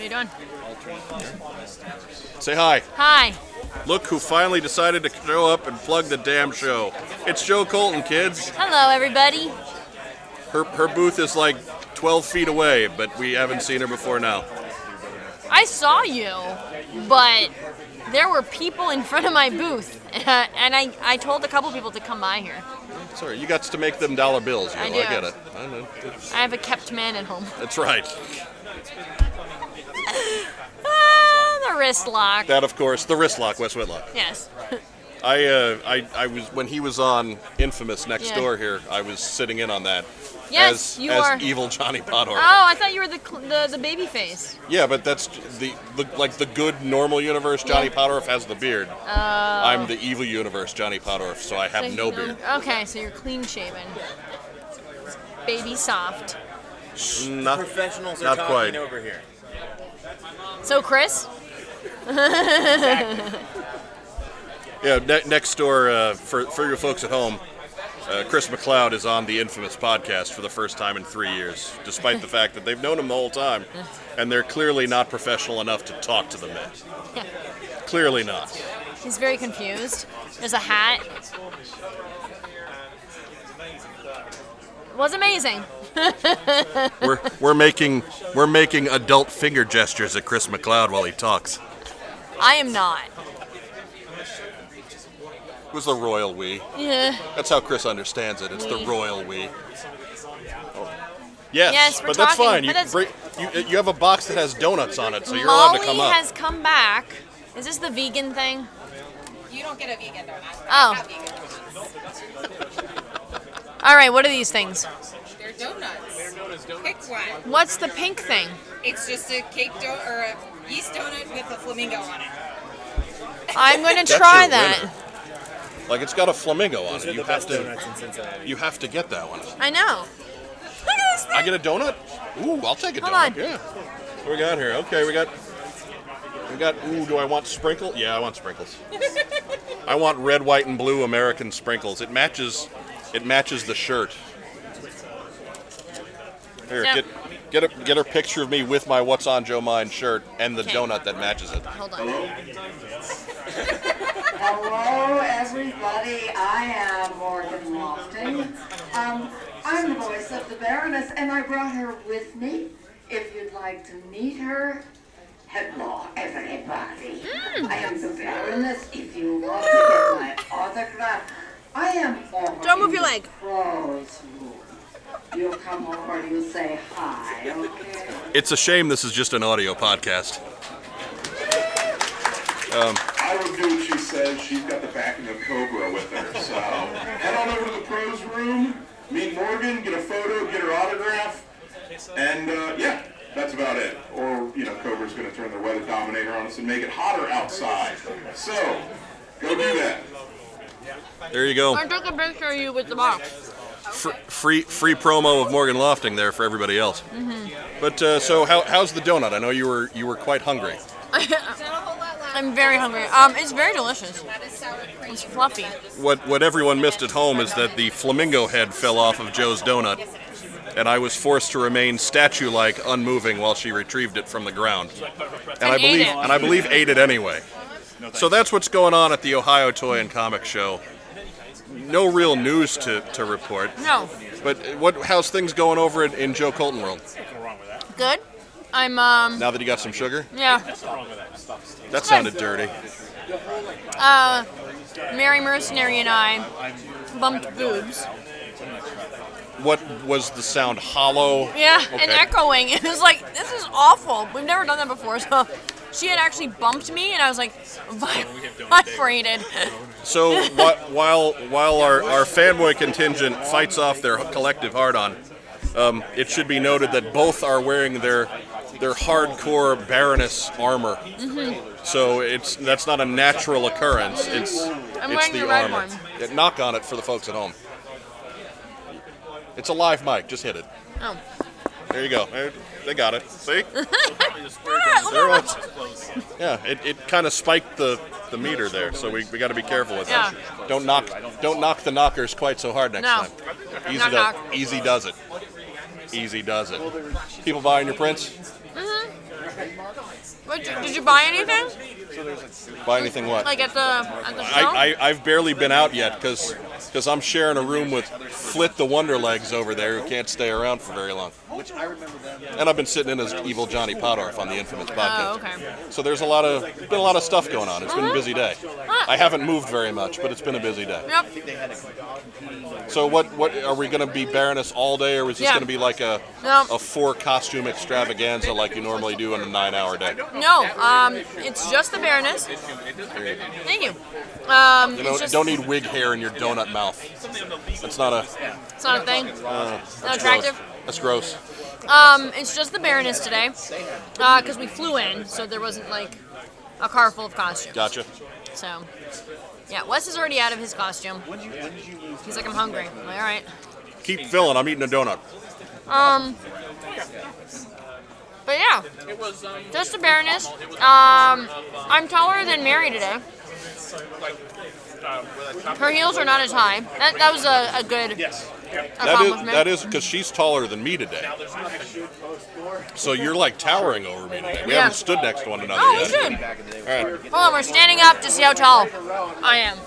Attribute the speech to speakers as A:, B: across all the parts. A: you doing?
B: Say hi.
A: Hi.
B: Look who finally decided to show up and plug the damn show. It's Joe Colton, kids.
A: Hello, everybody.
B: Her, her booth is like 12 feet away, but we haven't seen her before now.
A: I saw you, but there were people in front of my booth, and I, I told a couple people to come by here.
B: Sorry, you got to make them dollar bills. You know,
A: I
B: I
A: do.
B: get it. I know. It's-
A: I have a kept man at home.
B: That's right.
A: Ah, the wrist lock.
B: That, of course, the wrist lock, Wes Whitlock.
A: Yes.
B: I, uh, I, I was when he was on Infamous next
A: Yeah.
B: door here. I was sitting in on that.
A: Yes,
B: as,
A: you
B: as
A: are.
B: evil Johnny Pothor.
A: Oh, I thought you were the cl- the, the baby face.
B: Yeah, but that's the, the like the good normal universe. Johnny
A: Yeah.
B: Potter has the beard. I'm the evil universe, Johnny Potter, Oh. so I have
A: So
B: no
A: you know-
B: beard.
A: Okay, so you're clean shaven. Baby soft.
B: Not,
C: Professionals are
B: not
C: talking
B: quite.
C: over here.
A: So Chris,
B: Yeah, ne- next door uh, for for your folks at home. Uh, Chris McLeod is on the infamous podcast for the first time in three years, despite the fact that they've known him the whole time, and they're clearly not professional enough to talk to the man.
A: Yeah.
B: Clearly not.
A: he's very confused. There's a hat. It was amazing.
B: we're we're making we're making adult finger gestures at Chris McLeod while he talks.
A: I am not.
B: It was the royal we.
A: Yeah.
B: That's how Chris understands it. It's the
A: We.
B: royal we. Yes,
A: Yes, we're
B: but that's
A: talking,
B: fine.
A: but
B: You,
A: that's-
B: break, you, you have a box that has donuts on it, so you're allowed
A: Molly
B: to come up.
A: has come back. Is this the vegan thing?
D: You don't get a vegan donut.
A: Oh.
D: Not vegan donuts.
A: All right, what are these things?
D: They're donuts. Pick one.
A: What's the pink thing?
D: It's just a cake donut or a yeast donut with a flamingo on it.
A: I'm going to
B: That's
A: try
B: your
A: that.
B: winner. Like it's got a flamingo on
C: Those
B: it.
C: are
B: You
C: the
B: have
C: best
B: to
C: donuts in Cincinnati.
B: you have to get that one.
A: I know. Look at this
B: I
A: thing.
B: get a donut. Ooh, I'll take a
A: Hold
B: donut.
A: on.
B: Yeah. What we got here? Okay, we got we got. Ooh, do I want sprinkle? Yeah, I want sprinkles. I want red, white, and blue American sprinkles. It matches. It matches the shirt. Here,
A: Yeah.
B: get get a get a picture of me with my "What's on Joe Mine" shirt and the
A: Okay.
B: donut that matches it.
A: Hold on.
E: Hello, everybody. I am Morgan Lofting. Um, I'm the voice of the Baroness, and I brought her with me. If you'd like to meet her, hello, everybody. I am the Baroness. If you want to get my autograph, I am over
A: Don't move
E: in
A: your
E: the
A: leg.
E: crow's room. You come over, you say hi, okay?
B: It's a shame this is just an audio podcast.
F: I will do what she says. She's got the backing of Cobra with her. So head on over to the pros room, meet Morgan, get a photo, get her autograph, and uh, yeah, that's about it. Or you know, Cobra's going to turn their weather dominator on us and make it hotter outside. So go do that.
B: There you go.
A: I took a picture of you with the box.
B: Fr- free free promo of Morgan Lofting there for everybody else.
A: Mm-hmm.
B: But uh, so how, how's the donut? I know you were you were quite hungry.
D: It's not a whole lot left.
A: I'm very hungry. Um, it's very delicious.
D: That is sour cream.
A: It's fluffy.
B: What what everyone missed at home is that the flamingo head fell off of Joe's donut, and I was forced to remain statue-like, unmoving, while she retrieved it from the ground. And I
A: And ate
B: believe
A: it.
B: and I believe ate it anyway. So that's what's going on at the Ohio Toy and Comic Show. No real news to, to report.
A: No,
B: But uh, what how's things going over in, in Joe Colton world
A: good. I'm um
B: now that you got some sugar?
A: yeah.
B: That sounded dirty.
A: Mary Mercenary and I bumped boobs.
B: What was the sound? Hollow.
A: Yeah, and
B: Okay.
A: echoing. It was like this is awful. We've never done that before. So she had actually bumped me, and I was like vi- vibrated.
B: So wh- while while our, our fanboy contingent fights off their collective hard on, um, it should be noted that both are wearing their their hardcore Baroness armor.
A: Mm-hmm.
B: So it's that's not a natural occurrence. It's
A: I'm
B: it's
A: wearing
B: the
A: the red
B: armor.
A: one.
B: Yeah, knock on it for the folks at home. It's a live mic. Just hit it.
A: Oh.
B: There you go. There- They got it. See?
A: Look at that, look
B: They're
A: at
B: all-
A: that.
B: Yeah, it, it kind of spiked the, the meter there, so we, we got to be careful with that.
A: Yeah.
B: Don't knock don't knock the knockers quite so hard next
A: No.
B: time. Easy,
A: Knock,
B: does,
A: knock.
B: easy does it. Easy does it. People buying your prints?
A: What, did, did you buy anything?
B: Buy anything what?
A: Like at the at the show?
B: I, I, I've barely been out yet because I'm sharing a room with Flit the Wonderlegs over there who can't stay around for very long. And I've been sitting in as evil Johnny Podorf on the Infamous
A: oh,
B: podcast.
A: okay.
B: So there's a lot of been a lot of stuff going on. It's been a busy day. I haven't moved very much, but it's been a busy day.
A: Yep.
B: So what what are we going to be Baroness all day, or is this
A: Yeah.
B: going to be like a
A: No.
B: a four costume extravaganza like you normally do in a nine hour day?
A: No, um, it's just the Baroness. Thank you. Um,
B: You know,
A: it's just,
B: don't need wig hair in your donut mouth. That's not a
A: it's not a thing.
B: Uh,
A: not attractive.
B: That's gross.
A: Um, it's just the Baroness today, because we flew in, so there wasn't like a car full of costumes.
B: Gotcha.
A: So, yeah, Wes is already out of his costume. He's like, I'm hungry. I'm like, all right.
B: Keep filling. I'm eating a donut.
A: But yeah, just the Baroness. Um, I'm taller than Mary today. Her heels are not as high. That, that was a, a good a
B: That is
A: compliment.
B: that is because she's taller than me today. So you're like towering over me today. We
A: Yeah.
B: haven't stood next to one another
A: Oh, we
B: yet.
A: should.
B: All right.
A: Hold on, we're standing up to see how tall I am.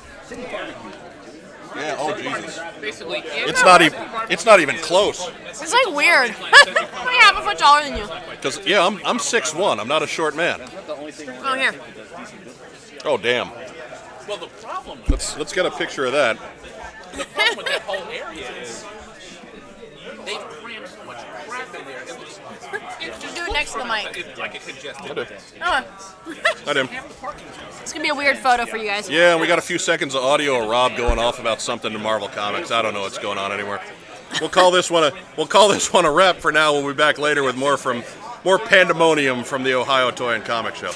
B: Yeah. Oh Jesus.
C: Basically, if
B: It's not even. It's not even close.
A: It's like weird. I'm like half a foot taller than you.
B: Cause yeah, I'm I'm six one. I'm not a short man.
A: Oh, here.
B: Oh damn.
C: well, the problem
B: Let's let's get a picture of that.
C: with that whole area is they've crammed so much crap in there. It looks
A: Just do it next to the mic.
C: it's like a congested.
A: Oh,
B: I didn't.
A: it's gonna be a weird photo for you guys.
B: Yeah, we got a few seconds of audio of Rob going off about something in Marvel Comics. I don't know what's going on anymore. We'll call this one a we'll call this one a wrap for now. We'll be back later with more from more pandemonium from the Ohio Toy and Comic Show.